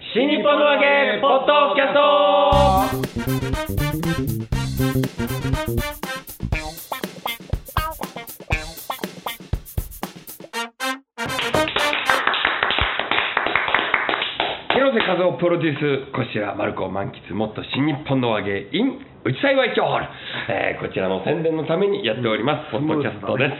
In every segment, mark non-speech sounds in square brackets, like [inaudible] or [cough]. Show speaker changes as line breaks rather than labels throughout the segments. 新日本の揚げポッドキャスト広瀬和夫プロデュースこちらマルコ満喫もっと新日本の和芸 in 内幸町ホール、えーこちらの宣伝のためにやっております、ポッドキャストで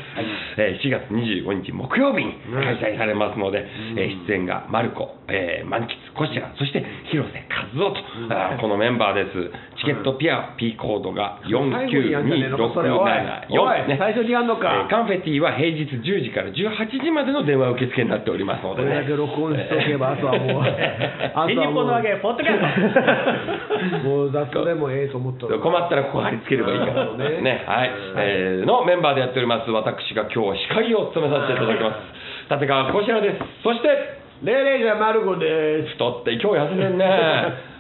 す、えー4月25日木曜日に開催されますので、えー出演がマルコ、えー満喫こちらそして広瀬和夫と、あーこのメンバーですチケットピア P コードが
最後にやんじゃねえのかそれおいお
492674
い最初にやんのか
カンフェティは平日10時から18時までの電話受付になっておりますので、ね、
これだけ録音しとけばあと
[laughs]
はもうあと
新日
はも
本の揚げポッドキャスト
[laughs] うもう雑草でもええと思ったら
困ったらここ貼り付ければいいから
なるほどね
[laughs] ねはい、えーのメンバーでやっております私が今日は司会を務めさせていただきます立川こちらですそして
レイレイじゃマルコです
太って今日休ん [laughs] でんね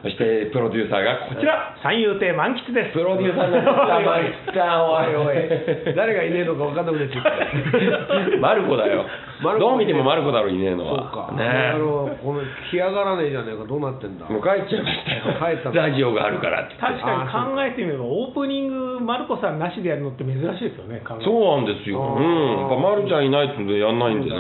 そしてプロデューサーがこちら
三遊亭満喫です
プロデューサーの名前
たおいおい [laughs] 誰がいねえのか分かんなくなっちゃった
[laughs] マルコだよ
マルコ
どう見てもマルコだろいねえの
そう
は
か、
ね
あのこの来上がらねえじゃねえかどうなってんだ
もう帰っちゃいましたよ
帰ったんだ
ラジオがあるからって言って
[laughs] 確かに考えてみればオープニングマルコさんなしでやるのって珍しいですよね考え
そうなんですよ
あー
うんやっぱマルちゃんいないってんでやんないんでね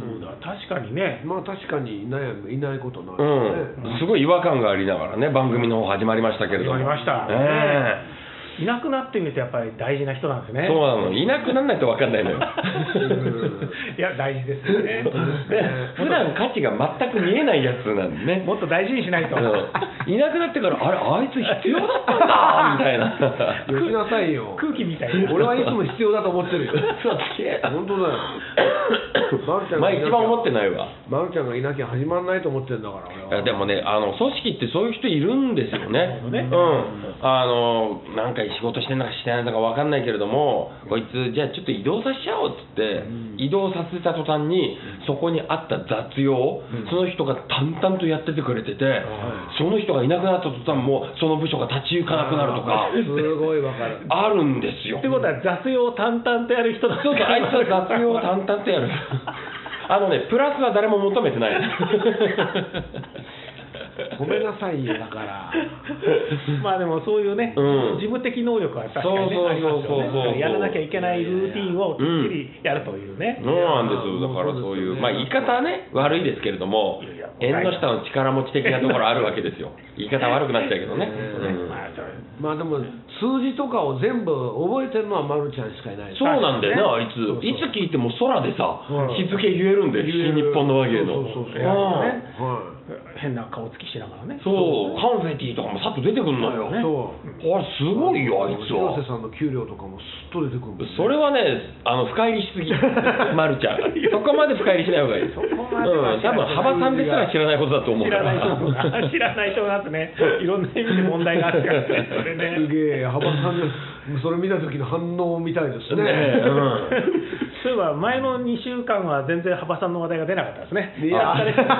そうだ確かにね
まあ確かにいないいないことない、
うん、すごい違和感がありながらね、番組の方始まりましたけれども。
始まりました
え
いなくなってみるとやっぱり大事な人なんです
え
ね
そうなの、いなくならないと分かん
[laughs]
ないのよ。
[laughs] いや大事ですよね
で普段価値が全く見えないやつなんでね。
もっと大事にしないと
うんいなくなってから、あれ、あいつ必要だったんだ
[laughs]
みたいな。
よしなさいよ
空気みたいな
俺はいつも必要だと思っ
[laughs]
てるよ
嘘つけ
本当
[laughs]
だよマルちゃん
まあ
がいなきゃ
一番思ってないわ。
マルちゃんがいなきゃ始まんないと思ってるんだから
いや
俺は
でもねあの組織ってそういう人いるんですよね
なる
う
ほ
んあのなんか仕事してんのかしてないのか分かんないけれどもこいつじゃあちょっと移動させちゃおうっつって、移動させた途端にそこにあった雑用を、その人が淡々とやっててくれてて、その人がいなくなった途端もうその部署が立ち行かなくなると [laughs] か
すごいわかる
あるんですよ
ってことは雑用を淡々とやる人だ
ちょっとあいつは雑用を淡々と [laughs] やるあのねプラスは誰も求めてない
ごめんなさいよだから
[laughs] まあでもそういうね、
うん
事務的能力は確かにね
そう
あります
そうそうそう
よねやらなきゃいけないルーティンをきっちりやるというね、
そうなんですよ、だからそういう、まあ、言い方はね、悪いですけれども
いや、い
縁
や
の下の力持ち的なところあるわけですよ、言い方悪くなっちゃうけどね、うん
まあそれ
まあでも数字とかを全部覚えてるのはマルちゃんしかいない
そうなんだよね、あい
そう
つ、いつ聞いても空でさ
うん、
日付言えるんだよ、新日本の和芸の。
そうそうそうそ
う
う
ん
は
変な顔つきしながらね
そう、カンフェティとかもさっと出てくんのよ、
いそ
あ
う
れ、すごいよ、あいつ
広瀬
は。
さんの給料とかもすっと出てくるもんね
それはね、あの深入りしすぎ、まるちゃん、そこまで深入りしない方がいい、うん、多
こまではしない
分幅さんですら知らないことだと思う
知
からら
ない人だ知らない人だってね
[laughs]
いろんな意味で問題があるからねそれ
す
ね
げえ幅さんのそれ見た時の反応みたいですね
ねえうん
そういえば前の2週間は全然幅さんの話題が出なかったですね
いや
あ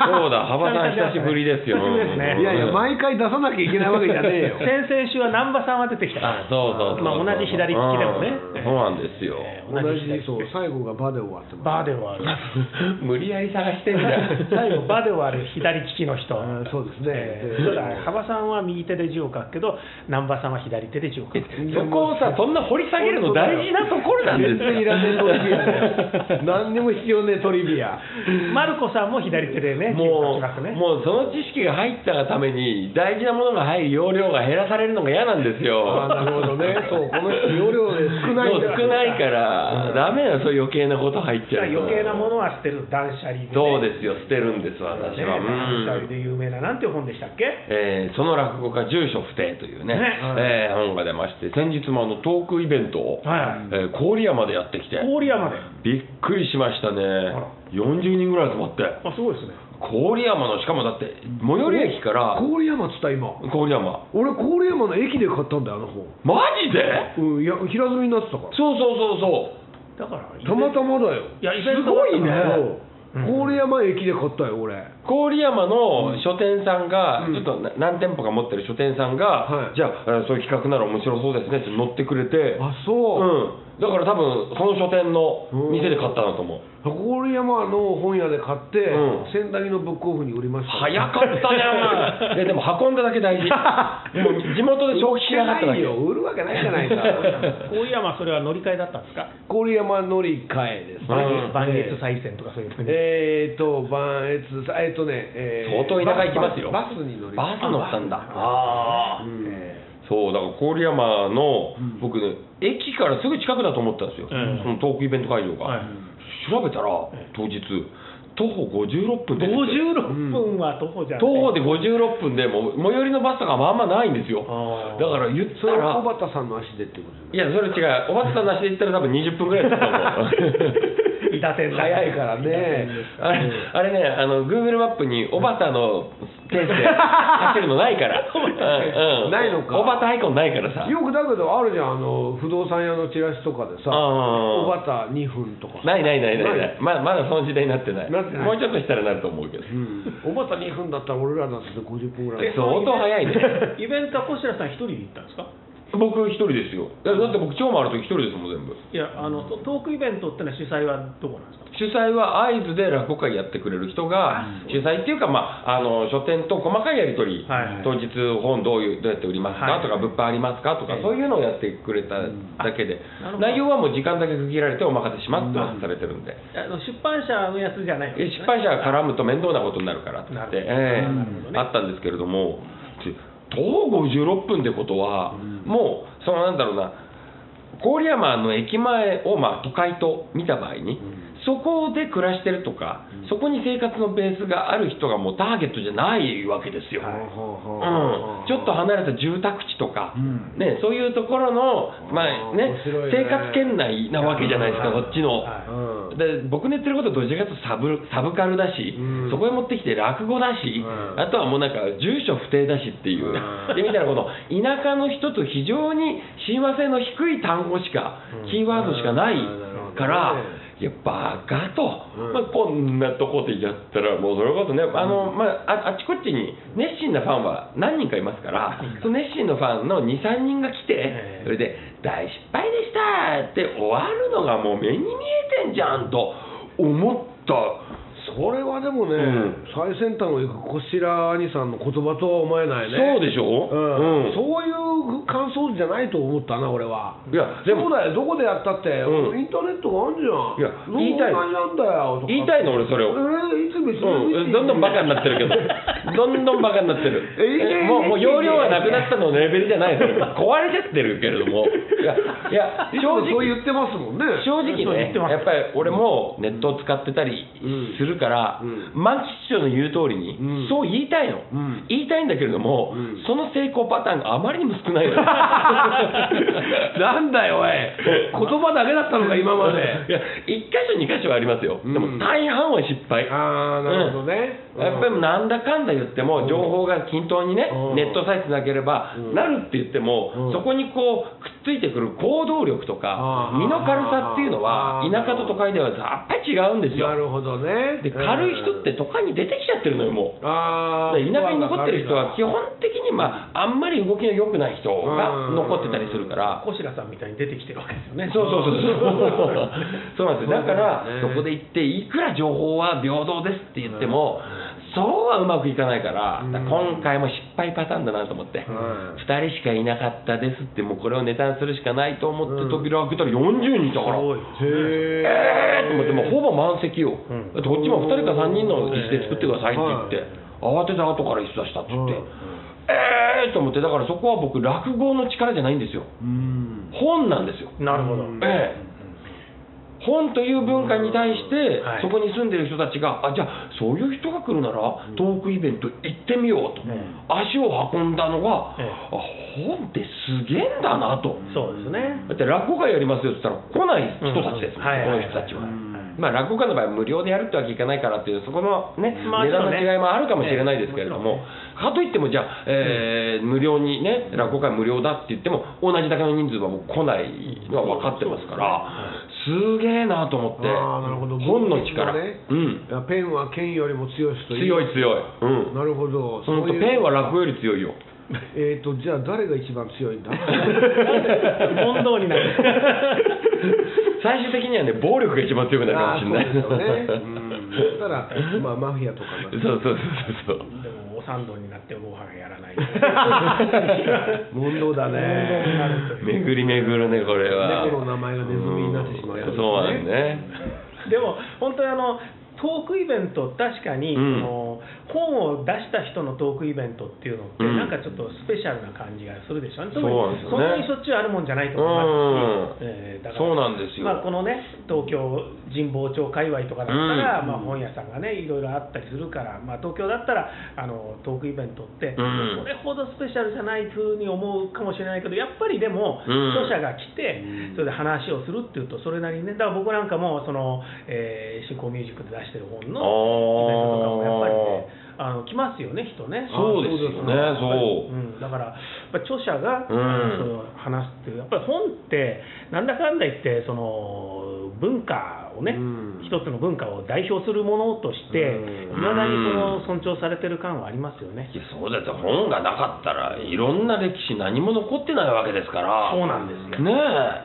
そうだ、幅さん久しぶりですよ。
久しぶりですね
うん
いやいや毎回出さなきゃいけないわけじゃねえ
[laughs]
よ
先々週は難波さんは出てきたから
あ、そうそうそうそう
まあ、同じ左利きでもね
うん、そうなんですよ。
えー
同
同じ
じ
左利き
そう最後が場で終わってます
バーではある [laughs]
無理やり探してん [laughs] じゃん。
最後、バで割る左利きの人、
あーそうですね
えーただ、幅さんは右手で字を書くけど、南波さんは左手で字を書く、
そこをさ、そんな掘り下げるの大事なところなんです
全然いらねえトリビ
[laughs]
アだよ
よ。
何にも必要ねえトリビア
マルコさんも左手でね、字を書
も
きます
う
ね、
もうその知識が入ったがために大事なものが入る容量が減らされるのが嫌なんですよ。
あーなるほどねそうこの人容量で少ない
そ
ん
う
だ
少ないから、ダメなのそういう余計なこと入っち
じゃ
ゃ
あ
うと
余計なものは捨てる、断捨離で、ね、
そうですよ捨てるんです私
ね
は、うん
断捨離で有名な、なんていう本でしたっけ
えーその落語家住所不定というね
ね
えー本が出まして先日もあのトークイベントを、
は
えー郡山でやってきて
郡山で、
びっくりしましたね
ら
40人ぐらい集まって
あすごいですね、
郡山のしかもだって最寄り駅から
郡山っつった今
郡山
俺郡山の駅で買ったんだよあの本
マジで
うんいや平積みになってたから
そうそうそうそう
だから、
たまたまだよ
いや、イベン
す
ト
ごいね
だったから
そう郡山駅で買ったよ俺
郡山の書店さんが、
うん
ちょっとな何店舗か持ってる書店さんが、
はい
じゃあえーそういう企画なら面白そうですねって乗ってくれて
あそう、
うん、だから多分その書店の店で買ったんだと思う、
郡山の本屋で買って、
うん
仙台のブックオフに売りました、
早かったじゃん [laughs] いやでも運んだだけ [laughs] 大事もう地元で消費しなかっただけ
売ってないよ売るわけないじゃないか
[laughs]
郡山、それは乗り換えだったんですか、
郡山乗り換えです
う
ね
ん
万越再選とかそういうのに、
えーと、万越、えーとね、えー
相当田舎行きますよ
バスバスに乗り
バス乗ったんだああ
うん
そうだから郡山の僕ね駅からすぐ近くだと思ったんですよ、
うん
そのトークイベント会場が、
はい
調べたら当日徒歩56分で
56分は徒歩じゃない、
徒歩で56分でもう最寄りのバスとかもあんまないんですよ
あー
だから言っ
そ
た
れ
ら
は小畑さんの足でってこと
い
じ
やそれ違うおばさんなしで言ったら多分20分ぐらいだったと思う
伊達線
ゃ
だ
ない早いからね、
あれ [laughs] あれね、あの Google マップにおばた
[laughs]
のペースで走るのないから、うんうん
ないのか
おばたアイコンないからさ、
よくだけど、あるじゃん、あの不動産屋のチラシとかで
うん
さ、小畑2分とかさ、
ないないないない
な
ないい、ままだその時代になってない、
なってない
もうちょっとしたらなると思うけど、
うん、小畑2分だったら、俺らだって50分ぐらい
え、相当早いね、
イベントは小白さん一人で行ったんですか
[laughs] 僕一人ですよ、だだって僕、超回るとき一人ですもん、全部。
いやあのトトークイベントってのは主催はどこなんですか
主催は会津で落語会やってくれる人が主催っていうか、まあ、あの書店と細かいやり取り、
はい
当日本どういうどうやって売りますか、
はい
とか物販ありますかとか、
ええ
そういうのをやってくれただけで
なるほど
内容はもう時間だけ区切られてお任せしますってお話しされてるんで、
あの出版社のやつじゃないん
え
です
出
ね
版社が絡むと面倒なことになるからって言
な
って、
るほど
ええ
なるほどね
あったんですけれどもで徒歩56分ってことは、もうそのなんだろうな郡山の駅前をまあ都会と見た場合に、そこで暮らしてるとか、そこに生活のベースがある人がもうターゲットじゃないわけですよ、うん、ちょっと離れた住宅地とか、
うん
ね、そういうところの、まあね
面白い
生
ね
活圏内なわけじゃないですか、こっちの。
はい
うん
で僕の言ってることはどちらかというとサブサブカルだし、
うん
そこへ持ってきて落語だし、
うん
あとはもうなんか住所不定だしっていう、
う
[laughs]
ん
でみたいなこの田舎の人と非常に親和性の低い単語しか、
うん
キーワードしかない
うん
から、
なる
いやバカと、
うん
まあ、こんなとこでやったらもうそれこそねあの、まあ、ああちこちに熱心なファンは何人かいますからその熱心なファンの23人が来て
ええ
それで「大失敗でした!」って終わるのがもう目に見えてんじゃんと思った
それはでもね、
うん
最先端を行くこしら兄さんの言葉とは思えないね
そうでしょ
うん
うん
そういう感想じゃないと思ったな俺はい
やで
で
も
もだよどこでやったって、
うん
インターネットがあるじゃん
いや言いたい
どんな感じなんだよとか
言いたいの俺それを。
えいつ別
うん、どんどんバカになってるけど、どんどんバカになってる、
えー
もうもう容量がなくなったのレベルじゃないですよ、壊れちゃってるけれども、いや、いや
正
正
直そう
直、
言ってますもんね
正直
そう言
ね、
ってます
やっぱり俺もネットを使ってたり
うん
するから、
う
満喫師匠の言う通りに、
うん
そう言いたいの、
うん
言いたいんだけれども、
うん
その成功パターンがあまりにも少ないのよ。
[laughs] なんだよおい
[laughs]
言葉だけだったのか今まで
いや1箇所2箇所はありますよ、で
うん
も大半は失敗
ああなるほどね、
うんやっぱりなんだかんだ言っても情報が均等にね
うん
ネットさえつなければ
うん
なるって言って
う
も
ん
そこにこうくっついてくる行動力とか
あー
身の軽さっていうのは
あー
田舎と都会ではやっぱり違うんです
な
よ
るほどね
で軽い人って都会に出てきちゃってるのよもう
あ
だ
あ
から田舎に残ってる人は基本的にまああんまり動きの良くない人が残ってたりするから
小白さんみたいに出てきてるわけですよね
そうそうそうそう。そうなんですよ。だから
そうだよ
そ
ね
こで行っていくら情報は平等ですって言っても、そうはうまくいかないから、
うん
だから今回も失敗パターンだなと思って。
うん
2人しかいなかったですってもうこれをネタにするしかないと思って扉を開けたら40人だから、
すごい
へえ
えーと思ってもうほぼ満席よ、
ん
だってこっちも2人か3人の椅子で作ってくださいって言って、慌てて後から椅子出したって言って、
うん
えーと思ってだからそこは僕落語の力じゃないんですよ
うん
本なんですよ
[laughs] なるほど、
うん
ええ本という文化に対して、
はい
そこに住んでる人たちがあじゃあそういう人が来るなら、トークイベント行ってみようと、
うん
足を運んだのが、
ええ
あ本ってすげえんだなと、
そうですね
だって落語会やりますよって言ったら来ない人たちですもん、
うんはい
この人たちは。
はい
まあ、落語家の場合は無料でやるってわけいかないからっていうそこの、ね
まあ
値段の
そうね
違いもあるかもしれないですけれども、かといってもじゃあ、えー無料にね落語会無料だって言っても同じだけの人数は僕来ないのは分かってますからすげえなと思って
ああなるほど
本の力、
文筆
う
の
ん
いやペンは剣よりも強しと
強
い
い強いうん
なるほど
その
そういう
ペンは落語より強いよ
えっ、とじゃあ誰が一番強いんだ
問答になる
最終的にはね暴力が一番強くなるかもしれない
あーそうですよねうんそしたらまあマフィアとかが
[laughs] そうそうそうそうそう
でもお三度になってご飯やら [laughs] ない
問答だね
[laughs]
巡り巡るねこれは
猫の名前がネズミになってしまうやつ
ん
ね
そうなんね
[laughs] でも本当にあのトークイベント確かに、
うん
あの本を出した人のトークイベントっていうのって、
うん
なんかちょっとスペシャルな感じがするでしょ
そうなんですよね
特にそんなにしょっちゅうあるもんじゃないと思いますし、えーだから
そうなんですよ
まあ、このね東京神保町界隈とかだったら、
うん
まあ、本屋さんがねいろいろあったりするから、まあ、東京だったらあのトークイベントって、
うん
それほどスペシャルじゃないふうに思うかもしれないけどやっぱりでも、
うん
著者が来てそれで話をするっていうとそれなりにねだから僕なんかもその、えー、新興ミュージックで出してる本のイベントとかもやっぱりねあの来ますよね人ね
そうですよね
あ
そう
うん、だからやっぱ著者が、
うん
その話すっていうやっぱり本ってなんだかんだ言ってその文化をね、
うん
一つの文化を代表するものとしてい
うん
まだにその尊重されてる感はありますよね
いやそうだよ本がなかったらいろんな歴史何も残ってないわけですから
そうなんですよ
ね
い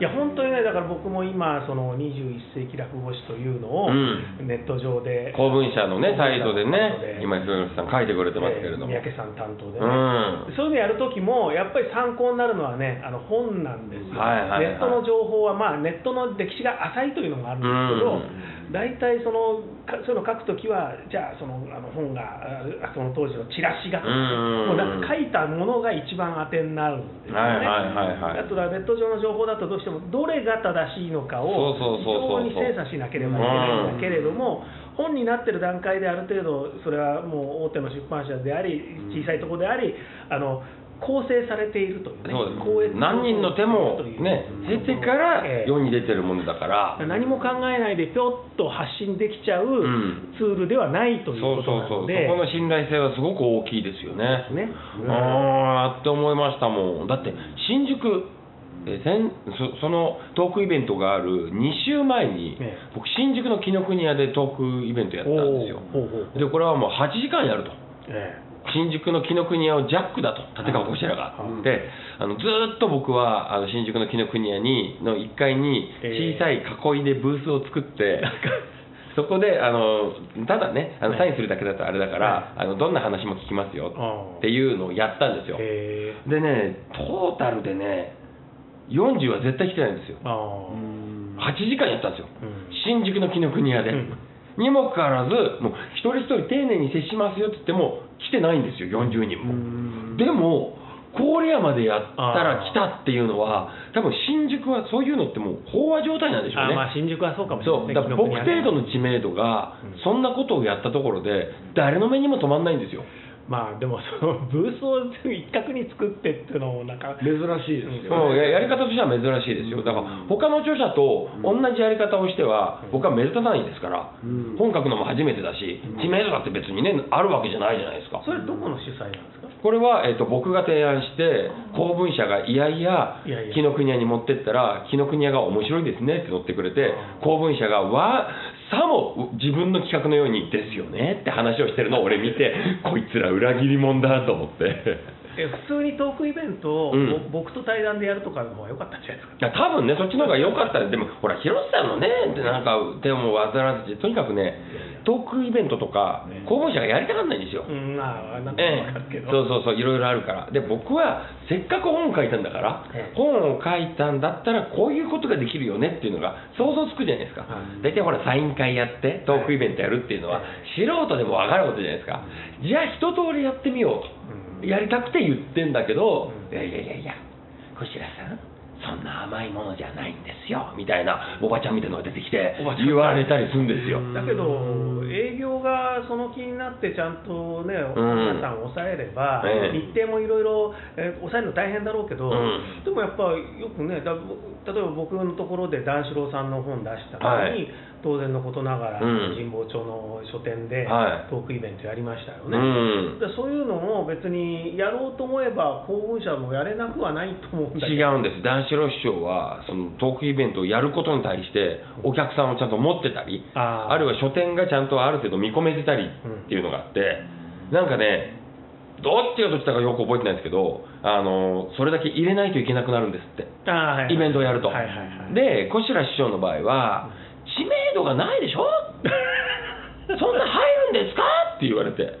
え
や本当にねだから僕も今その21世紀落語史というのを
うん
ネット上で、
公文社のねサイトで
公文社のサイト
ね
で
今ひろゆきさん書いてくれてますけれども、
えー三宅さん担当でね、
うん
そういうのやるときも、やっぱり参考になるのはね、あの本なんですよ、
はいはいはい
ネットの情報は、まあ、ネットの歴史が浅いというのもあるんですけど、大体そのかそういうの書くときは、じゃあ、そのあの本が、あその当時のチラシが、
うん
もうなんか書いたものが一番当てになるんですよね。
はいはいはいはい
あとだネット上の情報だと、どうしてもどれが正しいのかを
そう
非
そうそうそう
常に精査しなければいけないんだけれども、本になってる段階である程度それはもう大手の出版社であり小さいところでありあの構成されているというね
そう
公
です
益
何人の手も
という
ね
うん
経てから
ええ
世に出てるものだから、
何も考えないでぴょっと発信できちゃう
うん
ツールではないと
そ
いう
そ
うこ
う
とな
そうそ
ので、
この信頼性はすごく大きいですよね
ね
ああって思いましたもんだって新宿えー先そそのトークイベントがある2週前に、
ええ
僕新宿の紀ノ国屋でトークイベントやったんですよ
おーほうほうほう
でこれはもう8時間やると
え
新宿の紀ノ国屋をジャックだと立川こしらが
はい
であのずーっと僕はあの新宿の紀ノ国屋にの1階に
え
小
ー
さい囲いでブースを作
[laughs]
って、そこであのただねあの
はい
サインするだけだとあれだから、あのどんな話も聞きますよ
あー
っていうのをやったんですよ
えへ
で
え
ねトータルでね40は絶対来てないんですよ
あー
8時間やったんですよ、
うん
新宿の紀ノ国屋で、
うん
にもかかわらずもう一人一人丁寧に接しますよって言っても来てないんですよ40人も、でも郡山でやったら来たっていうのは多分新宿はそういうのってもう飽和状態なんでしょう
あ
ね
ーまあ新宿はそうかもしれ
そ
ないうね
だから僕
記録にはね
程度の知名度が
うん
そんなことをやったところで誰の目にも止まんないんですよ、
まあでもそのブースを一角に作ってっていうのもなんか
珍しいですよ
うん
ね、
ややり方としては珍しいですよだから他の著者と同じやり方をしては僕は目立たないですから
うん
本書くのも初めてだし知名度だって別にねあるわけじゃないじゃないですか
それどこの主催なんですか
これは、えっと僕が提案して公文社がいやいや
いやいや
紀ノ国屋に持ってったら紀ノ国屋が面白いですねって載ってくれて公文社がわさも自分の企画のようにですよねって話をしてるのを俺見てこいつら裏切り者だと思って
え普通にトークイベントを、
うん
ぼ僕と対談でやるとかの方が良かったんじゃないですか
いや多分ねそっちの方が良かったででもほら広瀬さんのねってなんか手も煩わずしとにかくねトークイベントとか
ね
公文社がやりたがらないんですよ、
うんまあなんと
え
なくわか
え、
るけど、
そうそうそういろいろあるからで僕はせっかく本を書いたんだから、
ええ
本を書いたんだったらこういうことができるよねっていうのが想像つくじゃないですか
はい
大体、ほらサイン会やってトークイベントやるっていうのは、
はい
素人でも分かることじゃないですかじゃあ一通りやってみようと、
うん
やりたくて言ってんだけど、
うん
いやいやいやいやこちらさんそんな甘いものじゃないんですよみたいなおばちゃんみたいなのが出てきて
おばちゃん
言われたりするんですよ
だけど営業がその気になってちゃんとね、
ん
皆さん抑えれば、
ええ
日程もいろいろえー抑えるの大変だろうけど、
うん
でもやっぱよくねだ例えば僕のところで段四郎さんの本出したのに、当然のことながら、
うん
神保町の書店で
はい
トークイベントやりましたよ
う
ね、
ん
でそういうのも別にやろうと思えば幸運者もやれなくはないと思うんだけ
違
ど
うんです男子郎師匠はそのトークイベントをやることに対してお客さんをちゃんと持ってたり
あー
あるいは書店がちゃんとある程度見込めてたりっていうのがあって、なんかねどっちがどっちだかよく覚えてないんですけどあのそれだけ入れないといけなくなるんですって
あーはいはい
イベントをやると、
はいはいはい
で小白師匠の場合は知名度がないで
[laughs]
しょそんな入るんですかって言われてそうです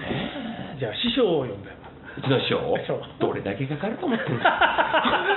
ね
じゃあ師匠を呼んで
うちの師匠
[laughs] そう
どれだけかかると思ってん
[laughs]
の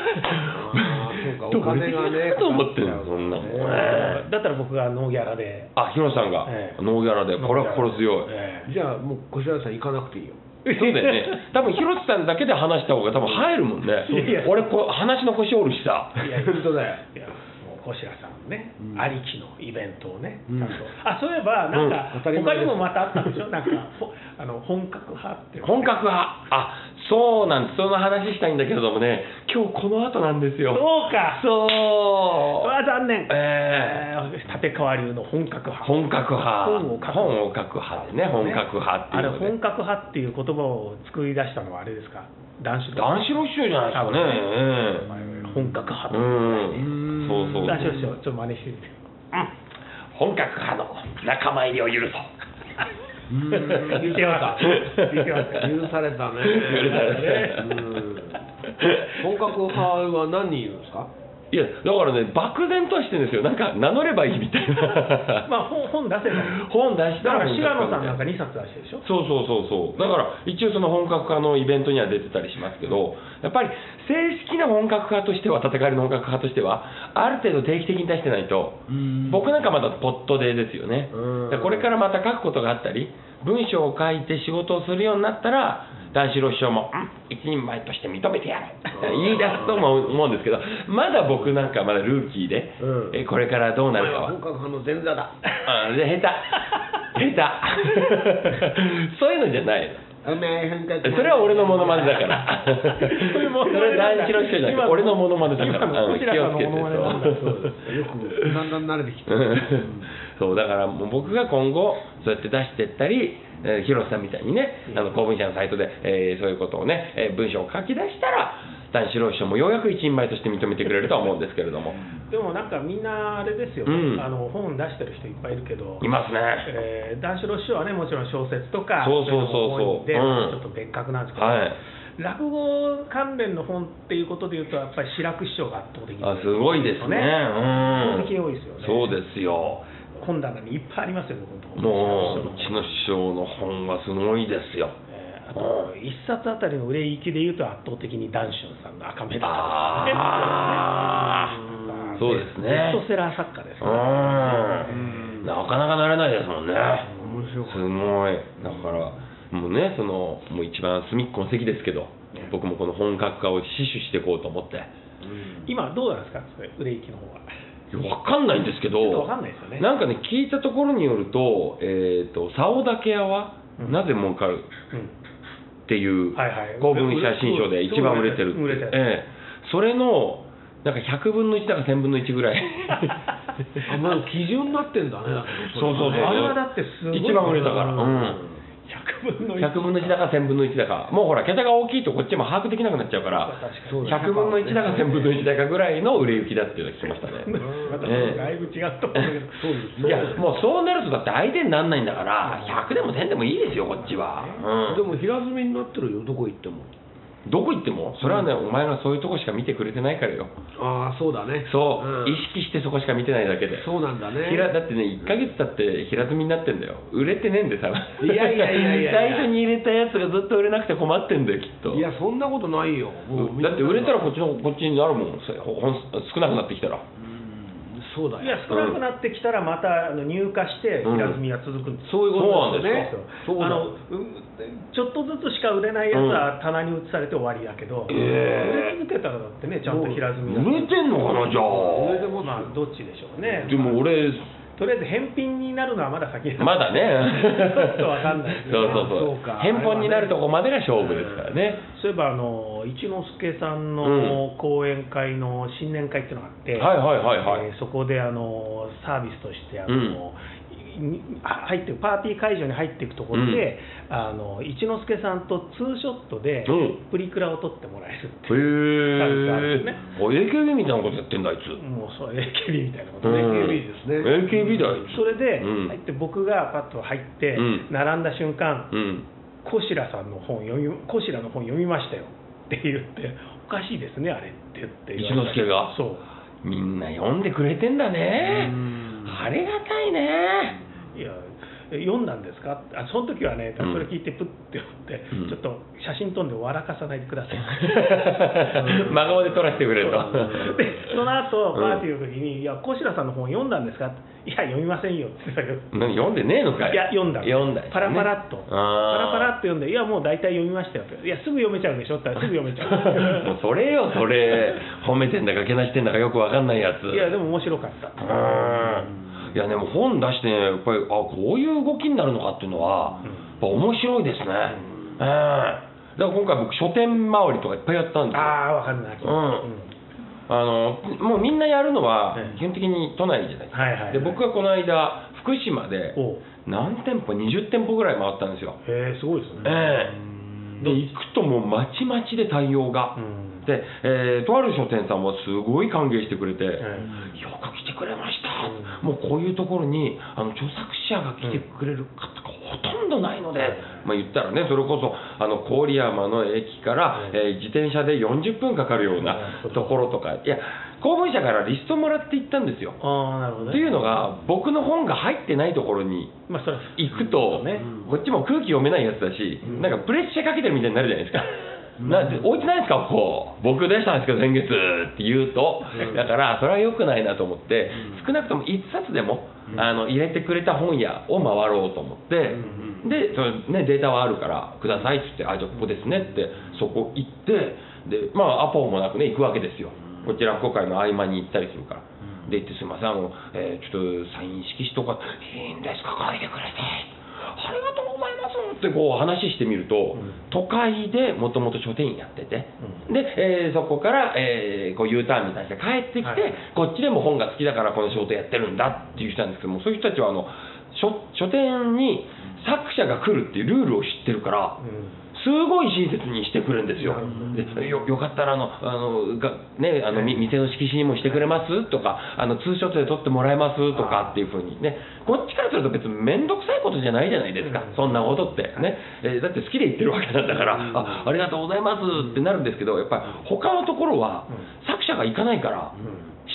あーそうかお
どれ
金
だけか
が
か
ね
ると思ってんのそんなもんね
だったら僕がノーギャラで
あヒロさんが
ええ
ノーギャラでこれは心強い
ええ
じゃあもう小白さん行かなくていいよ
そうだよね。多分広瀬さんだけで話した方が多分入るもんね
いや。
俺こう話の腰折るしさ。
いやいや
本当だよ
いやもう小白さんのね、
うん
ありきのイベントをね、
うん
ちゃんとあそういえばなん
うん当
か、
たり前
他
です
にもまたあったんでしょなんかほあの本格派っていう
本格派。あ、そうなんです。その話したいんだけれどもね、今日この後なんですよ。
そうか
そうう。
わ残念
え
えー立川流の本格派
本格派。
本を書
本を書く
く
派でね、本格派って
あ
い
れ
うので
本。格派っていう言葉を作り出したのはあれですか男子の
男子の師匠じゃないですかね。
本格派
ええうん。そうそう
男子の師
そう。
匠ちょっと真似してみて
うん本格派の仲間入りを許そう。
うーん
言ってました言ってました
許されたね
許された
うん本格派は何人いるんですか
いやだからね漠然とはしてるんですよなんか名乗ればいいみたいな
まあ本本出せばいい
本出した
だから
本
白野さんなんか
格化みたい
2冊出してるでしょ
そうそうそうそうだから一応その本格化のイベントには出てたりしますけどやっぱり正式な本格化としては戦いの本格化としてはある程度定期的に出してないと僕なんかまだポットでですよね
うん
でこれからまた書くことがあったり文章を書いて仕事をするようになったら男子郎師匠もうん一人前として認めてやる言い出すとも思うんですけどまだ僕なんかまだルーキーで、
うん
えこれからどう
お
な
前
るか
は
は
本格派の前座だ
あで下手下手 [laughs] そういうのじゃないの
お前本格
それは俺のモノマネだからそ
そうい
れ
うモノマネなんだ
男子郎師匠じゃなくて俺のモノマネだから
今の
うん
小白さんのモノマネなんだ
気をつけて
そうですよくだんだん慣れてきて
うんそう [laughs] だからもう僕が今後そうやって出していったり、えー広瀬さんみたいにねあの公文社のサイトで、えーそういうことをね、えー文章を書き出したら男子郎師匠もようやく一人前として認めてくれるとは思うんですけれども
でもなんかみんなあれですよね、
うん
あの本出してる人いっぱいいるけど
いますね
えー、男子の師匠はねもちろん小説とか
そうそうそうそう
いのが多いんで
うん
ちょっと別格なんですけど、
はい
落語関連の本っていうことでいうとやっぱり志らく師匠が圧倒的に
あすごいですねうん
圧倒的に多いですよね
そうですよ
本棚にいっぱいありますよ僕のとこ
もううち
志らく師匠の
の師匠の本はすごいですよ
えーあと一冊あたりの売れ行きでいうと圧倒的に男子さんの赤目だ
あーそうですね
ベストセラー作家です
う
ね
んなかなかなれないですもんね
面白か
すごいだからもうねそのもう一番隅っこの席ですけど僕もこの本格化を死守していこうと思って
今どうなんですかそれ売れ行きの方は
分かんないんですけど
ちょっとわかんないですよね
なんかね聞いたところによるとえっ、と「竿竹屋は
うん
なぜ儲かる?」
う
っていう
はいはい
公文写真賞で一番売れてる
売れてる
ええそれのなんか100分の1だか1000分の1ぐら
[laughs]
い
あまあ基準になってんだねだけど
そうそうそう
あれはだってすごい
一番売れたからうん
ん100分の1
100分の1だか1000分の1だかもうほら桁が大きいとこっちも把握できなくなっちゃうから
そうだね
100分の1だか1000分の1だかぐらいの売れ行きだっていうのは聞きましたね
まただいぶ違うと思うけど、
そうです
いやもうそうなるとだって相手になんないんだから100でも1000でもいいですよこっちは、
でも平積みになってるよどこ行っても
うん、どこ行ってもそれはね、お前がそういうとこしか見てくれてないからよ
ああそうだね
そう、
ん
意識してそこしか見てないだけで
そうなんだね
ひらだってね1ヶ月経って平積みになってんだよ売れてねえんでさ
いやいやいやいや
[laughs] 最初に入れたやつがずっと売れなくて困ってんだよきっと
いやそんなことないよもう
だって売れたらこっちのこっちになるもんそれほほん少なくなってきたら
うんそうだ
いや
よ
少なくなってきたらまたあの入荷して
うん
平積みが続くんですよ、
そういうこと
そうなんですよ
そう
あ
だ
のうちょっとずつしか売れないやつは棚に移されて終わりだけど、売れ続けたらだってねちゃんと平積みが
売れてんのかなじゃ
売れ
あ
ても
まあどっちでしょうね
でも俺
とりあえず返品になるのはまだ先
まだね
ちょっとわかんないです
[laughs]
ね
そうそうそう
そうか
返本になるとこまでが勝負ですからね、
そういえばあの一之輔さんの講演会の新年会っていうのがあって、
はいはいはいはい
えーそこであのサービスとしてあの、に入ってパーティー会場に入っていくところで、あの一之輔さんとツーショットで
うん
プリクラを撮ってもらえるって
へ
いう、
え、
ね
お AKB みたいなことやってんだあいつ、
もうそう AKB みたいなこと
う
ね、
ん
AKB ですね
AKB だあいつ
それで
うん
入って僕がパッと入って
うん
並んだ瞬間、
うん
コシラさんの本読みコシラの本読みましたよって言っておかしいですねあれって言って
一之輔が
そう
みんな読んでくれてんだね
うん
ありがたいね
いや読んだんですかあその時はね
うん
それ聞いてプッて
う
言
ん
って、ちょっと写真撮んで笑かさないでください
[laughs] 真顔で撮らせてくれと
でその後
うん
パーティーの時に「いやコシラさんの本読んだんですか?」いや読みませんよ」って言ってたけど
何読んでねえのかい
いや読んだ
読んだよね、
パラパラっとパラパラっ
あー
と読んでいやもう大体読みましたよっていやすぐ読めちゃうでしょって言ったらすぐ読めちゃう
[laughs] もうそれよそ
[laughs]
れ褒めてんだかけなしてんだかよくわかんないやつ
いやでも面白かった
うんいやでも本出してねやっぱりあこういう動きになるのかっていうのは、やっぱ面白いですね、うん、だから今回僕書店回りとかいっぱいやったんですよ
ああわかるな
うんあのもうみんなやるのは
ええ
基本的に都内じゃないですか、
はいはいはい
で僕はこの間福島で
おう
何店舗20店舗ぐらい回ったんですよ、
へえすごいですね
ええで行くともうまちまちで対応が、
うん
で、えーとある書店さんはすごい歓迎してくれて、
え
よく来てくれました、もうこういうところにあの著作者が来てくれる方がほとんどないので、まあ、言ったらねそれこそあの郡山の駅から、えー自転車で40分かかるようなところとかいや公文社からリストもらって行ったんですよ。
ああなるほど
と
ね
いうのが僕の本が入ってないところに
まあそれは
行くと、
ね
こっちも空気読めないやつだし、なんかプレッシャーかけてるみたいになるじゃないですか。なんで置いてないですか、ここ、僕出したんですけど、先月って言うと、だから、それは良くないなと思って、少なくとも1冊でも、あの入れてくれた本屋を回ろうと思って、でその、ね、データはあるから、くださいって言って、あじゃあ、ここですねって、そこ行って、でまあ、アポもなくね、行くわけですよ、こちら、公開の合間に行ったりするから。で行ってすいませんあの、えーちょっとサイン色紙とかいいんですか書いてくれてありがとうございますってこう話してみると、都会でもともと書店員やってて、で、えーそこから、えーこう U ターンに対して帰ってきて、
はい
こっちでも本が好きだからこの仕事やってるんだっていう人なんですけどもそういう人たちはあの書書店に作者が来るっていうルールを知ってるから。
うん
すごい親切にしてくれるんですよ。でよよかったらあのあのが、ね、あのみ店の色紙にもしてくれますとかあのツーショットで撮ってもらえますとかっていうふうにねこっちからすると別に面倒くさいことじゃないじゃないですか、そんなことって、ねえーだって好きで言ってるわけなんだから、あありがとうございますってなるんですけどやっぱり他のところは作者が行かないから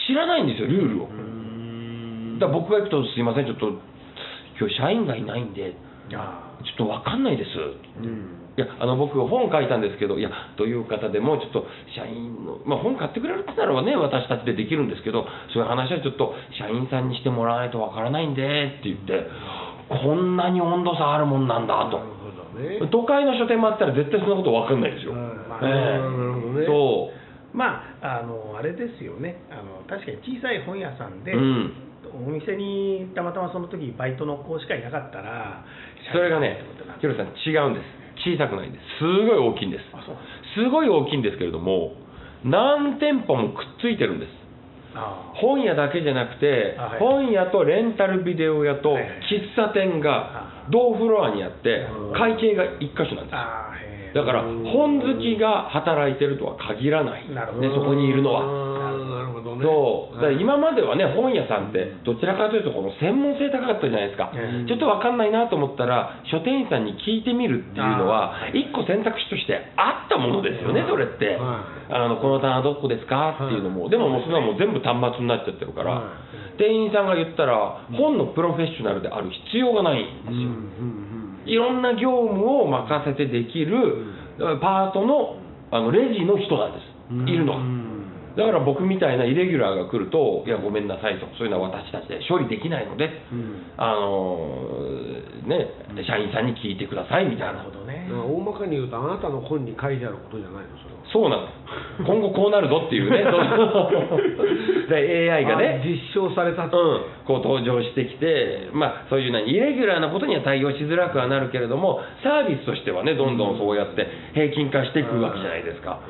知らないんですよルールを。だから僕が行くとすいませんちょっと今日社員がいないんで
あ
ちょっとわかんないです、いやあの僕本書いたんですけどいやという方でもちょっと社員の、まあ、本買ってくれるってならばね私たちでできるんですけどそういう話はちょっと社員さんにしてもらわないとわからないんでって言ってこんなに温度差あるもんなんだと
なるほどね
都会の書店もあったら絶対そんなことわかんないですよ、
うんまあ
ええ
なるほどね
そ
まああのあれですよねあの確かに小さい本屋さんで、
う、うん、
お店にたまたまその時バイトの子しかいなかったら
それがねヒロさん違うんです小さくないんですすごい大きいんです
あそう
すごい大きいんですけれども何店舗もくっついてるんです
あ
本屋だけじゃなくて、
あはい
本屋とレンタルビデオ屋と
はいはい
喫茶店が同フロアにあって会計が1箇所なんですよ
ああへえ
だから本好きが働いてるとは限らない、
なるほ
ね、
ど
そこにいるのは。
はなるほどね
そうだから今まではね本屋さんってどちらかというとこの専門性高かったじゃないですか、
うん
ちょっと分かんないなと思ったら書店員さんに聞いてみるっていうのは一個選択肢としてあったものですよねそれって、
はい
あのこの棚どこですかっていうのも、でももうそんなもう全部端末になっちゃってるから、
は
店員さんが言ったら本のプロフェッショナルである必要がないんですよ、
うんうん
いろんな業務を任せてできるパートのあのレジの人なんです、
うん
いるの
う
が
ん
だから僕みたいなイレギュラーが来ると、いや、ごめんなさいと、そういうのは私たちで処理できないので、
うん
あのーね、社員さんに聞いてくださいみたいな
なるほどね
だから大まかに言うとあなたの本に書いてあることじゃないのそれは
そうなの今後こうなるぞって
[laughs]
いうねそうで AI がね
あ実証されたと、
うん、こう登場してきて、まあ、そういうなイレギュラーなことには対応しづらくはなるけれどもサービスとしてはねどんどんそうやって平均化していくわけじゃないですか、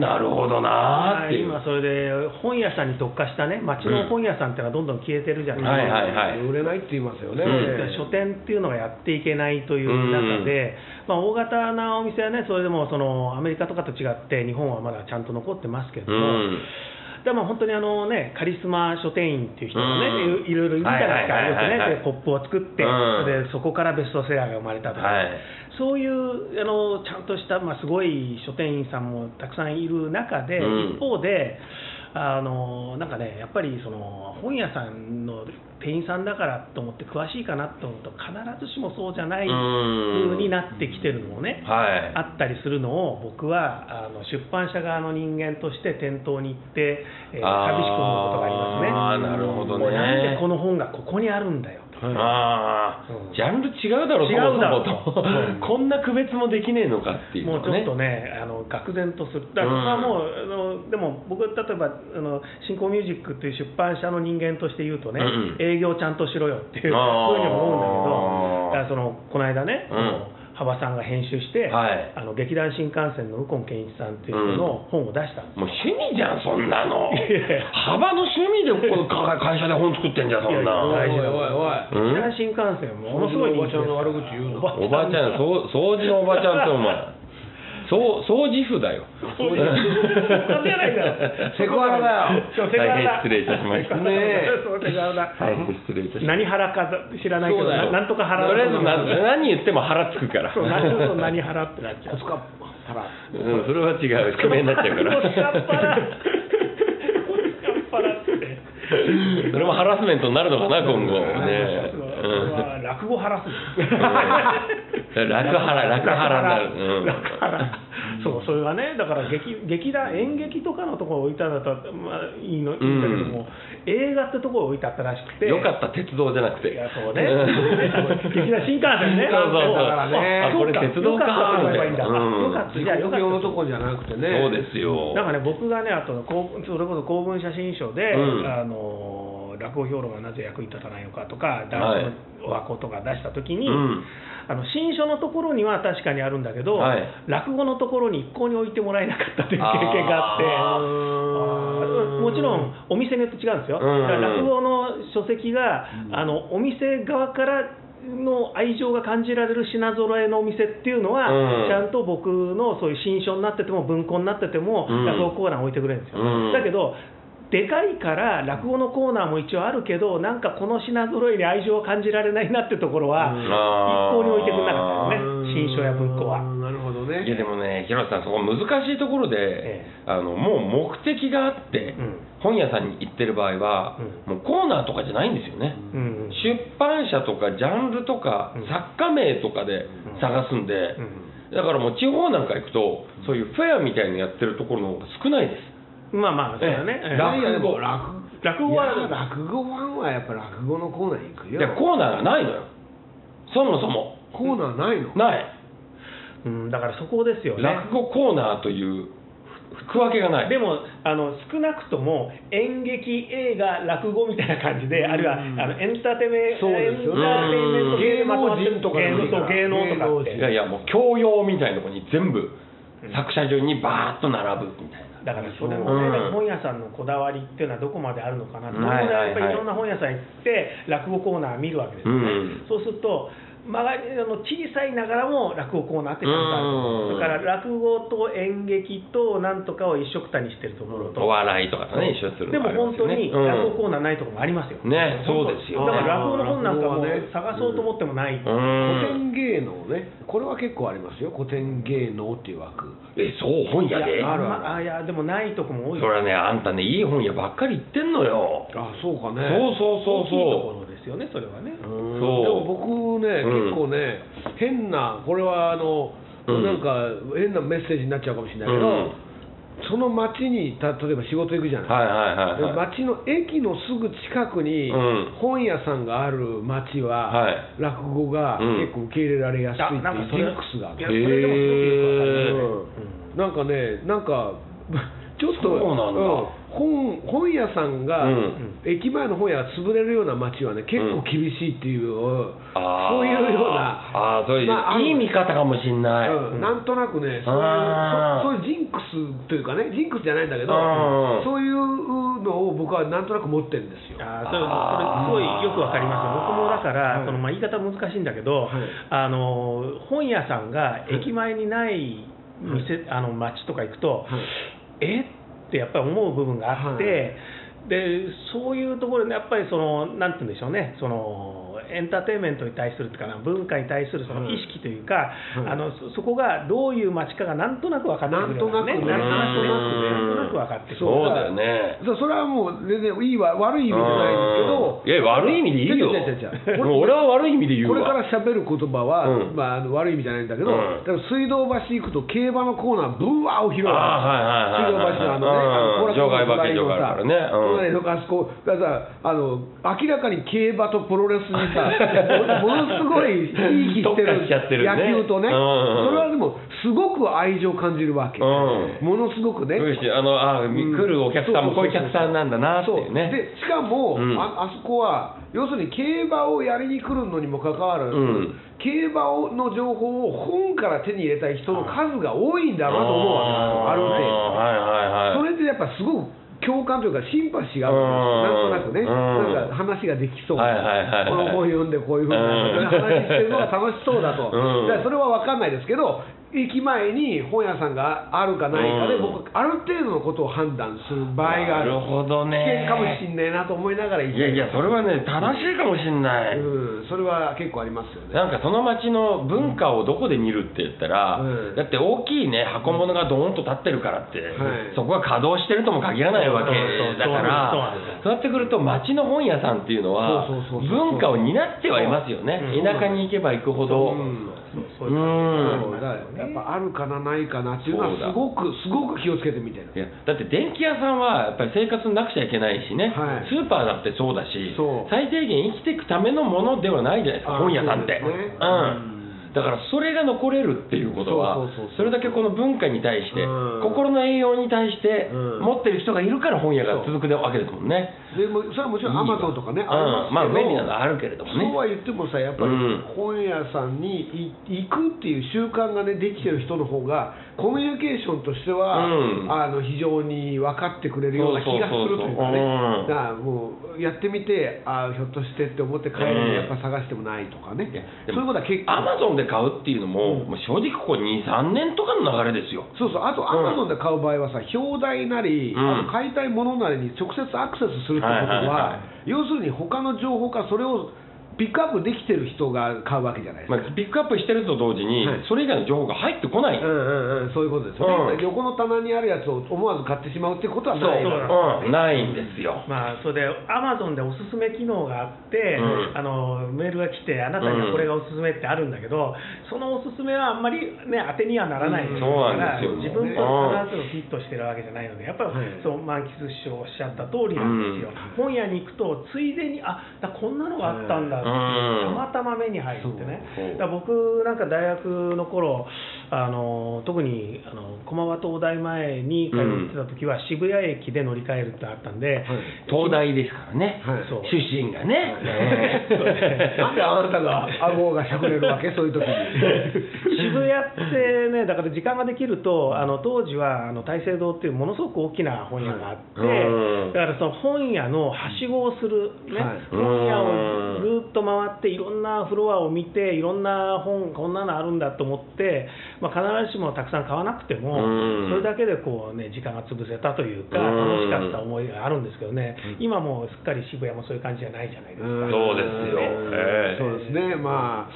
なるほどなーっていう、
今それで本屋さんに特化したね町の本屋さんってのはどんどん消えてるじゃ
は
ないいですか、
はいはい
売れないって言いますよね、
うん
だから書店っていうのがやっていけないという中で、まあ、大型なお店はねそれでもそのアメリカとかと違って日本はまだちゃんと残ってますけ
う
ども、
ん、
でも本当にあの、ね、カリスマ書店員っていう人がね、
うん
いろいろいるじゃないですか、
はいはいはいはい
よくね、でコップを作って、
うん
で、そこからベストセラーが生まれたとか、
はい
そういうあのちゃんとした、まあ、すごい書店員さんもたくさんいる中で、
うん
一方で、あのなんかね、やっぱりその本屋さんの店員さんだからと思って、詳しいかなと思うと、必ずしもそうじゃな
う
い
ん
風になってきてるのをね。
はい
あったりするのを僕はあの出版社側の人間として店頭に行って、えー
あー
寂しく思うことがあります
あー
ね。
なるほどね
もうなんでこの本がここにあるんだよと。
ああ、
うん
ジャンル違うだろ
違うだろ
そもそもとこんな区別もできねえのかっていうの
も
は
うちょ
ね
っとね、あの愕然とする、だから
うん
それはもう、あのでも僕、例えばあの、新興ミュージックという出版社の人間として言うとね、
うんうん
営業ちゃんとしろよっていう、そういうふうに
あー
思うんだけど、だからそのこの間ね、
うん
その幅さんが編集して、
はい
あの劇団新幹線の右近健一さんっていう人の本を出したんです
もう趣味じゃんそんなの
いやいや
幅の趣味でこのか会社で本作ってんじゃんそん
い
な
やいや大事だ
お
うん
いおい
劇団新幹線ものすごい人気ですから
おばちゃんの悪口言うな
おばちゃんそう掃除のおばちゃんってお前そう掃除婦だよ
そうですおかしいじゃないか
セクハラだよ
そうセクハラ
大変
だ
失礼いたしました
ねえそうセクハラだ
はい失礼いたしまし
何腹か知ら
た
ないけ
そう
ど
だよ
ななんとか腹
とりあえずな何言っても腹つくから
そう何と何腹ってなっちゃう
コツカパラ
うん、それは違う覆面になっちゃうから
こっちゃっぱらこっちゃっぱら
[laughs]
って
それもハラスメントになるのかな今後ね
そう
うん
まあ落語ハ
[laughs]
ラスメ
う
ン
ん
ト
楽腹楽腹になるうん
だから、そう、それはね、だから劇劇団、演劇とかのところ置いたんだったら、まあ、いいのいいんだけども、映画ってところ置いてあったらしくて、
よかった鉄道じゃなくて
いや、そ
[laughs]
うね
うん、
劇団新幹線ね、
そうそうそう
だからね、
あこれ
そう
鉄道か
よかったと思えばいいんだ、
うん
よかった、じゃあよかった
のとこじゃなくてね
そうですよ
なんかね、僕がね、あと公それこそ公文写真賞で、
うん
あの落語評論がなぜ役に立たないのかとか、
は
男
い
子のお箱とか出したときに、
うん
あの新書のところには確かにあるんだけど、
はい
落語のところに一向に置いてもらえなかったという経験があって。
あー
あーもちろんお店によって違うんですよ、
うん
だから落語の書籍が、あのお店側からの愛情が感じられる品揃えのお店っていうのは、
うん
ちゃんと僕のそういう新書になってても文庫になってても、
うん
落語コーナー置いてくれるんですよ、
うん
だけどでかいから落語のコーナーも一応あるけどなんかこの品揃えに愛情を感じられないなってところは、
うん
一向に置いてくれなかったです
う
ね
ん
新書や文庫は。
なるほどね
いやでもね、広瀬さん、そこ難しいところで、
え
あのもう目的があって、
うん
本屋さんに行ってる場合は、もうコーナーとかじゃないんですよね、
うんうん
出版社とかジャンルとか、
うん
作家名とかで探すんで、だからもう地方なんか行くと、そういうフェアみたいなのやってるところの方が少ないです。
うんまあまあ、そうだね
ええ。
ええ
落語
いやでも落
落語はい
や落語ファンはやっぱ落語のコーナー行く
い
よ
や、コーナーがないのよ、そもそも、
コーナーないの
ない、
うん、だからそこですよね。
落語コーナーという区分けがない。
でもあの少なくとも演劇、映画、落語みたいな感じで、あるいはあのエンターテイメント、
そう
エン
です
タ
よ
ね
ーテイメント系でまとまってる
芸能人とかで
芸
もいいから
能そう芸能とかっ
い
て。
やいやもう教養みたいなとこに全部作者中にバーッと並ぶみたいな
だからそれもね、
うん
本屋さんのこだわりっていうのはどこまであるのかなって、僕も
はいはいはい
やっぱりいろんな本屋さん行って、落語コーナー見るわけですよ
うん
ね、そうすると、まがあの小さいながらも落語コーナーってちゃん
うん
とある、だから落語と演劇となんとかを一緒くたにしてるところと、
お笑いとかとね一緒にする
で
の
も
ありま
本
すよ
当
ね
に
うん
落語コーナーないところもありますよ、
ねそうですよ
だから
あー
落語の本なんかも
落語はね
探そうと思ってもな
う
い、
古
ん
典芸能ねこれは結構ありますよ古典芸能っていう枠
えそう本
いや
屋で
あ
る
まあいやでもないとこも多
それは
い
ねあんたねいい本屋ばっかり行ってんのよ
あそう
そう
かね
そうそうそ
大きいところですよねそれはね、
う
でも
そ
僕ね、
うん
結構ね変なこれはあの、
うん
なんか変なメッセージになっちゃうかもしれない
う
けど、
ん
その町にた例えば仕事行くじゃない、
はいはい
で
はいはい。
町の駅のすぐ近くに
うん
本屋さんがある町は
はい
落語が
うん
結構受け入れられやすいっていうジ
あなんかそれ
ンクスがある
いやそれでもすごくよくわかりますね
うんなんかねなんか [laughs] ちょっと
そうなんだ
うん本本屋さんが、
うん
駅前の本屋が潰れるような町はね結構厳しいっていう、
あー
そういうような。
あーそういう、
まああの
いい見方かもしんない。
うん、なんとなくね、そう
あー
いうそそういうジンクスというかね、ジンクスじゃないんだけど
うん、
そういうのを僕はなんとなく持ってるんですよ。
あーそれそれすごいよくわかりますよ、僕もだから、そのまあ、言い方難しいんだけど、
はい
あの本屋さんが駅前にない店、あの町とか行くと、えってやっぱり思う部分があって、
は
でそういうところで、やっぱりその、なんて言うんでしょうね、そのエンターテインメントに対するっていうかな、文化に対するその
はい
意識というか、
はい
あのそそこがどういう町かがなんとなく分かってくるようなね、
なんとなくね
なんとなくねなんとなく分かってくる
そうだよね。
そうそれはもう全然いいわ悪い意味じゃないんですけど
うんいや悪い意味でいいよ
違う違う違う違う
もう俺は悪い意味で言う
これ
わ
から喋る言葉は、
うん
まあ、あの悪い意味じゃないんだけど、
うん
でも水道橋行くと競馬のコーナーブワーを広い
あーはいはいはいはい
水道橋のあのねあ
うん
の
場外馬券
後楽園
場外馬券あるからねうん
隣のあそこだからさあの明らかに競馬とプロレスに
[laughs]
さものすごいいいして
特化しちゃってる
る
ね
野球とね、
うん
それはでもすごく愛情を感じるわけ、
うん
ものすごくね、
そうですあのあー
うん
来るお客さんもこういう客さんなんだなっていうね。
そうでしかも、
うん
ああそこは要するに競馬をやりに来るのにもかかわらず、
うん
競馬をの情報を本から手に入れたい人の数が多いんだなと思うわけですよある程度。
あーはいはいはい。
それでやっぱすごく共感というかシンパシーがあ
うん
るんですよなんとなくねなんか話ができそう
はいはいはいはい
この本読んでこういうふうに話してるのが楽しそうだと、
うん
だからそれは分かんないですけど駅前に本屋さんがあるかないかで、
うん
僕ある程度のことを判断する場合があ
な
る
るほどね
危険かもしんないなと思いながら行
いやいやそれはね正しいかもしんない。
うん、それは結構ありますよね
なんかその町の文化をどこで見るって言ったら、
うん
だって大きいね箱物がドーンと立ってるからって、
はい
そこが稼働してるとも限らないわけ
そうそうそう
だから
そうなんですよ
そうやってくると町の本屋さんっていうのは
そうそうそうそう
文化を担ってはいますよね、
うん
田舎に行けば行くほど、
うん
そういう感
うん
じ
だ
になりますよ
からやっ
ね
ぱあるかなないかなっていうのは
そうだ
すごくすごく気をつけてみてる
いやだって電気屋さんはやっぱり生活なくちゃいけないしね、
はい
スーパーだってそうだし
そう
最低限生きていくためのものではないじゃないですか
あ
本屋さんって
そうですね
うん、だからそれが残れるっていうことは
そうそうそうそう
れだけこの文化に対して、
うん
心の栄養に対して
うん
持ってる人がいるから本屋が続くわけですもんね
でもそれはもちろんアマゾンとかね、
うん
あり
まあ
ますけ
便
ど
利なのあるけれどもね
そうは言ってもさやっぱり
うん
本屋さんにい行くっていう習慣がねできてる人の方がコミュニケーションとしては、
うん
あの非常に分かってくれるような気がするというかね
そうそうそうそううん
だからもうやってみてああひょっとしてって思って帰りにやっぱ探してもないとかね、そういうことは結構
アマゾンで買うっていうのも,、もう正直ここ23年とかの流れですよ
そうそうあとアマゾンで買う場合はさ、表題なり、
うん
あと買いたいものなりに直接アクセスするってことは,、
はいはいは
要するに他の情報からそれをピックアップできてる人が買うわけじゃないですか、
まあ、ピックアップしてると同時に、
はい
それ以外の情報が入ってこない、
うんうんうん、そういうことですよね、
うん
横の棚にあるやつを思わず買ってしまうってことは
そう
ない
そう
うん、ないんですよ、
まあ、それでアマゾンでおすすめ機能があって、
うん
あのメールが来て、あなたにはこれがおすすめってあるんだけど、そのおすすめはあんまり、ね、当てにはならない
うん
そうなんですよ
自分と必ずフィットしてるわけじゃないので、やっぱり、
はい
そう満喫師匠おっしゃった通りなんですよ、本屋に行くと、ついでに、あだこんなのがあったんだって、
うん
たまたま目に入ってね
そうそう、
だから僕なんか大学の頃あの特にあの駒場東大前に通ってた時は、渋谷駅で乗り換えるってあったんで、
東大ですからね、
はい
そう [laughs]
出身がね、
なんであなたが顎がしゃくれるわけ、そういう時に。
渋谷って [laughs] ね、だから時間ができると、あの当時はあの大聖堂っていうものすごく大きな本屋があって、
うん
だからその本屋のはしごをする、ね
はい
本屋
う
を
ん
ぐるっと回って、いろんなフロアを見て、いろんな本、こんなのあるんだと思って、まあ、必ずしもたくさん買わなくても、
うん
それだけでこう、ね、時間が潰せたというか、
う
楽
ん
しかった思いがあるんですけどね、今もうすっかり渋谷もそういう感じじゃないじゃないですか。
ん
そうですよええ
そうですね、まあ、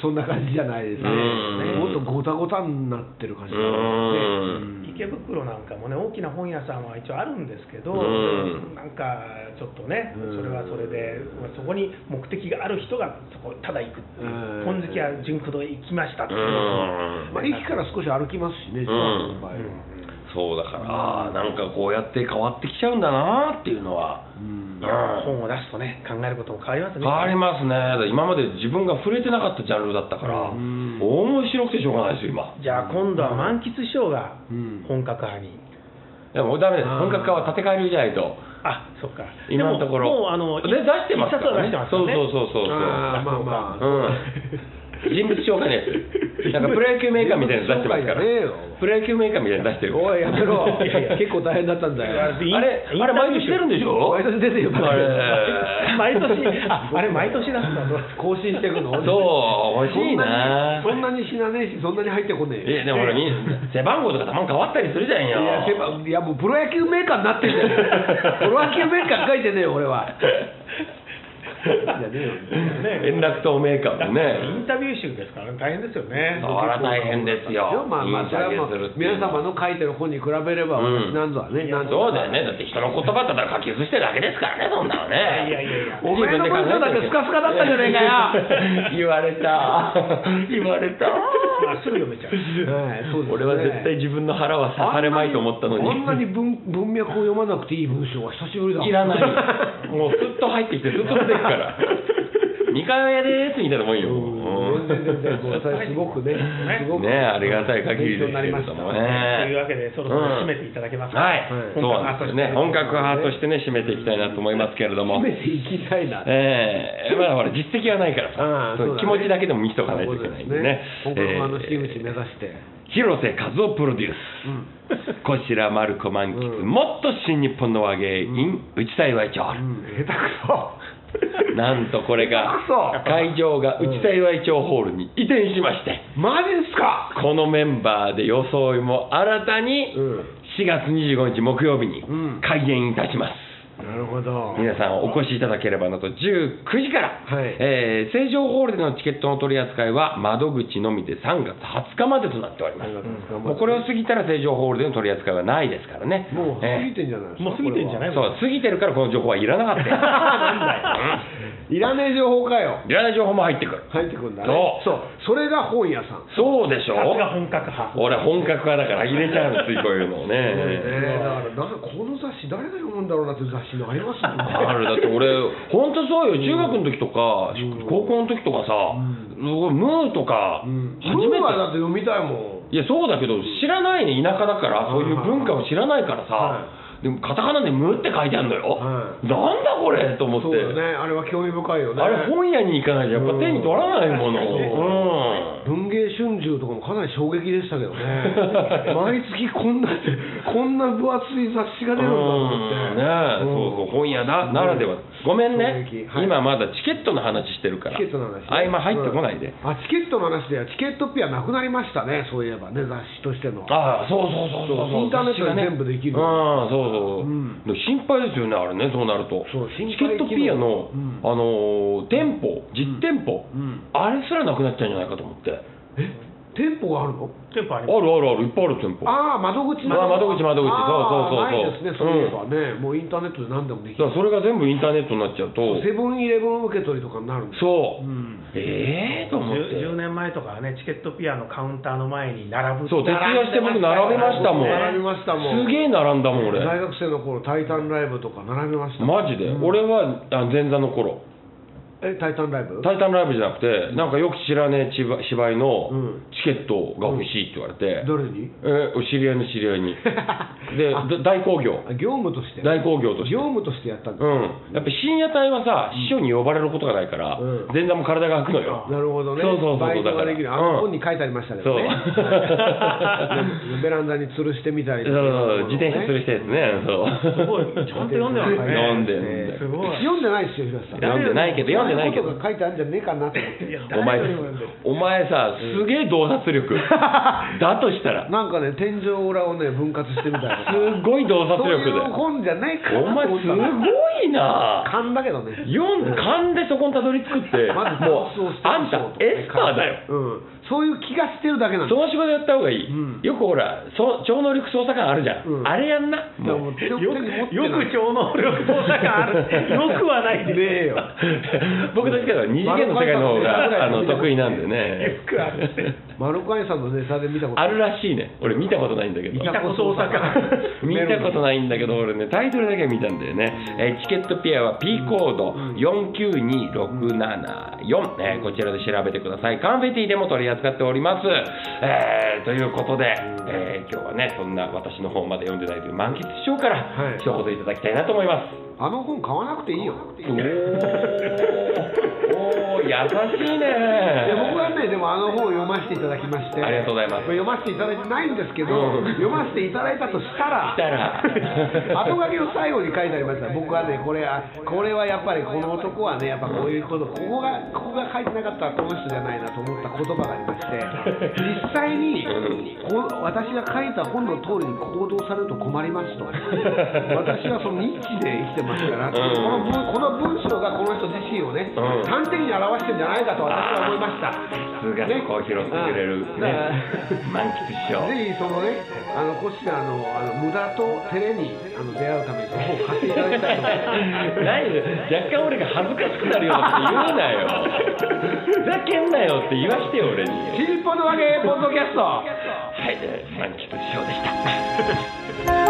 そんな感じじゃないですね、
うん
もっとごたごたになってる感じ
う
がありますね
ん
池袋なんかもね大きな本屋さんは一応あるんですけど、
うん
なんかちょっとね、
うん
それはそれで、まあそこに目的がある人がそこただ行くっていう
うん
本好きは純駆動へ行きましたっていう
うん
まあ、駅から少し歩きますしね、
ん
島根の場合は。
うん
そうだからああなんかこうやって変わってきちゃうんだなっていうのは、うん
本を出すとね考えることも変わりますね
変わりますね今まで自分が触れてなかったジャンルだったから、面白くてしょうがないですよ今
じゃあ今度は満喫師匠が本格派に、
でもダメです本格化は建て替えるじゃないと
あそっか
今のところ
でももうあの
で出してますからね
一冊は出してますからね
そう
[laughs]
そうそうそう
あーまあまあ
うん人物紹介ねなんかプロ野球メーカーみたいなの出してますから
人物紹介じゃねえよ
プロ野球メーカーみたいなの出してる
おいや
[laughs]
めろ
いやいや
結構大変だったんだよ
あれ [laughs] あれ毎年出るんでしょ
毎年出てよ
あれ
毎年ああれ毎年だったんだ
更新してくの
そう欲しいな
そんなに死なねえしそんなに入ってこねえ
いや
よ
でもほらみ背番号とかたまに変わったりするじゃんよ
いやせばいやもうプロ野球メーカーになってんじゃん
[laughs]
プロ野球メーカー書いてねえよ俺はじゃねえよ
円楽党メーカーもね
[laughs] インタビュー集ですから大変ですよね
そら大変ですよ
まあまあそれはもう皆様の書いてる本に比べれば
うん
私なんぞはね、なんぞ
そうだよねだって人の言葉ただ書き写してるだけですからねそんなのね
いやいやいや
お前の文章だってスカスカだったじゃねえかよ
言われた [laughs] 言われた
あすぐ読めちゃう
はいそうですね
俺は絶対自分の腹は刺されまいと思ったのに
あんなに文文脈を読まなくていい文章は久しぶりだ
いら
[laughs]
ない [laughs] もうスッと入ってきてスッと出てくから2階屋でーすみたいなもんよ
うん全然全然もうそれすごくねすごく
ねありがたい限りです
勉強に
け
なりま
れ
した
どもね。
というわけでそろそろ締めていただきますか
はい、
はい
そうなんですよね。本
本
格
格
派
派
と
と
し
して
ね、締めていきたいなと思いますけれども
[laughs] 締。めていきたいな
ええまだほら実績はないから
あ
さ
あ、
そ
そううだね
気持ちだけでも見せておかないといけないんでね。
そうですね本格派の真打ち目
え
指して、
え広瀬和夫プロデュース。
うん
こちらマルコ満喫、
うん
もっと新日本の和芸イン内幸い町、
うん下手くそ
なんとこれが
下手くそ
会場が内幸い町ホールに移転しまして、
マジっすか
このメンバーで装いも新たに
うん
4月25日木曜日に
うん
開演いたします、
なるほど
皆さんお越しいただければなと19時から、
はい
えー成城ホールでのチケットの取り扱いは窓口のみで3月20日までとなっております、もうこれを過ぎたら成城ホールでの取り扱いはないですからね
もう過ぎ
え
てんじゃないです
も
か
う過ぎてんじゃない
ーそう過ぎてるからこの情報はいらなかったよ
[laughs] いらねえ情報かよ
うんいらない情報も入ってくる
入ってくるんだね
そ
そうそれが本屋さん
そうでしょ
さすが本格派
俺本格派だから入れちゃうのついこういうのを
ね
ね
えだからなんかこの雑誌誰が読むんだろうなって雑誌 [laughs] のありますもんね
あるだって俺本当そうよ中学の時とか、高校の時とかさ、ムーとか、
うん
初め
ム
て
ーはだって読みたいもん
いやそうだけど知らないね田舎だからそういう文化を知らないからさ、
は
でもカタカナで「ムー」って書いてあるのよ、
は
なんだこれと思って、
そうだねあれは興味深いよね
あれ本屋に行かないとやっぱ手に取らないもの、
うん
うん
文芸春秋とかもかなり衝撃でした [laughs] けどね毎月こんなこんな分厚い雑誌が出るんだと思って
うんねえそうそう本屋なならではごめんね
衝撃はい
今まだチケットの話してるから
チケットの話ね
合間入ってこないで、
うんあチケットの話ではチケットピアなくなりましたねそういえばね雑誌としての
ああそうそうそうそうそう
インターネットで全部できる
ああそうそう、
うん
でも心配ですよねあれねそうなると
そう心
チ
配
ケットピアの、
うん
あのー店舗実店舗、
うん
あれすらなくなっちゃうんじゃないかと思って、
え店舗があるの
テンポあり
あ
ま
るあるあるいっぱいある店舗だか
ああ窓口
あー窓口窓口
あー
そうそうそうそう
ないですねそういえばね、もうインターネットで何でもできる
らそれが全部インターネットになっちゃうと
セブンイレブン受け取りとかになるんです
そう、
うん
ええー、と思っ
10
て
10年前とかはねチケットピアのカウンターの前に並ぶ
そう徹夜して僕並べましたもん
並びましたもん
すげえ並んだもん俺
大学生の頃タイタンライブとか並びました
マジで、俺はあ前座の頃
えタイタンライブ
タイタンライブじゃなくてなんかよく知らねえ芝芝居の
うん
チケットが欲しいって言われて、
どれに
えーお知り合いの知り合い
[laughs]
にでだ大興行
あ業務として
大興行として
業務としてやったんだ、
うんやっぱ深夜帯はさ、師匠に呼ばれることがないから、
うん
前座も体が空くのよ
なるほどね
そうそうそう
バイト
だか
が
ら
できる
う
あ
ん
の本に書いてありましたけどね、
そう
ベランダに吊るしてみたりとか
そう自転車する人ですねそう
[laughs]
すごいちゃんと読んでますね
読んでんだよ
すごい
読んでないですよ平瀬さん
読んでないけど読んでないけ
こ
ど
とが書いてあるんじゃねえかなと思って
いや
お前
誰よりも読んでる
お前さすげえ洞察力だとしたら
なんかね天井裏をね分割してみたりとか
すごい洞察
そう
力だ
いう
よ
本じゃないか
お
な
前
と思っ
す
たの
ごいな
勘だけどね
読ん勘でそこにたどり着くって
まず
も
そううして
あ
ま
ん
しょ
た
うと
エスパーだよ
うん、そういう気がしてるだけなん
そ
だ
の仕事やった方がいい、
うん
よくほらそ超能力捜査官あるじゃん、
うん
あれやんな [laughs]
だからもう手を手に
よ
持っ
く
て
よ
ない
く超能力捜査官あるよくはないです
ねえよ
僕どっちかというと二次元の世界の方
丸
があ
川さ
の
んみたいな
得意なんでね
よくある
マルカイさんのネタで見たこと
あるらしいね俺見たことないんだけど
いたこそ大阪
見たことないんだけど俺ねタイトルだけは見たんだよね、えーチケットピアは P コード492674、えーこちらで調べてくださいカンフェティでも取り扱っております、えーということで、えー今日はねそんな私の方まで読んでないという満喫師匠から
はい
一言いただきたいなと思います
あの本買わなくていいよ
おーおー優しいね
いや僕はねでもあの本を読ませていただきまして
ありがとうございます
これ読ませていただいてないんですけど、
うん
読ませていただいたとしたら
したら
[laughs] 後書きの最後に書いてありました僕はねこれはこれはやっぱりこの男はねやっぱこういうことここがここが書いてなかったらこの人じゃないなと思った言葉がありまして
[laughs]
実際にこう私が書いた本の通りに行動されると困ります
[laughs]
と私はそのニッチで生きてますから、
うん
この文この文章がこの人自身をね、
うん
端的に表してるんじゃないかと私は思いました。
さすがそこを拾ってくれる [laughs] ね
うん
満喫師匠
ぜひそのね、あのコシがあのあの無駄と照れにあの出会うために本を買っていただきたいと思いま
[laughs]
す。
ないで若干俺が恥ずかしくなるよって言うなよ [laughs] ふざけんなよって言 [laughs] わしてよ俺に
チルポの揚げポッドキャスト。
はい、えー満喫師匠でした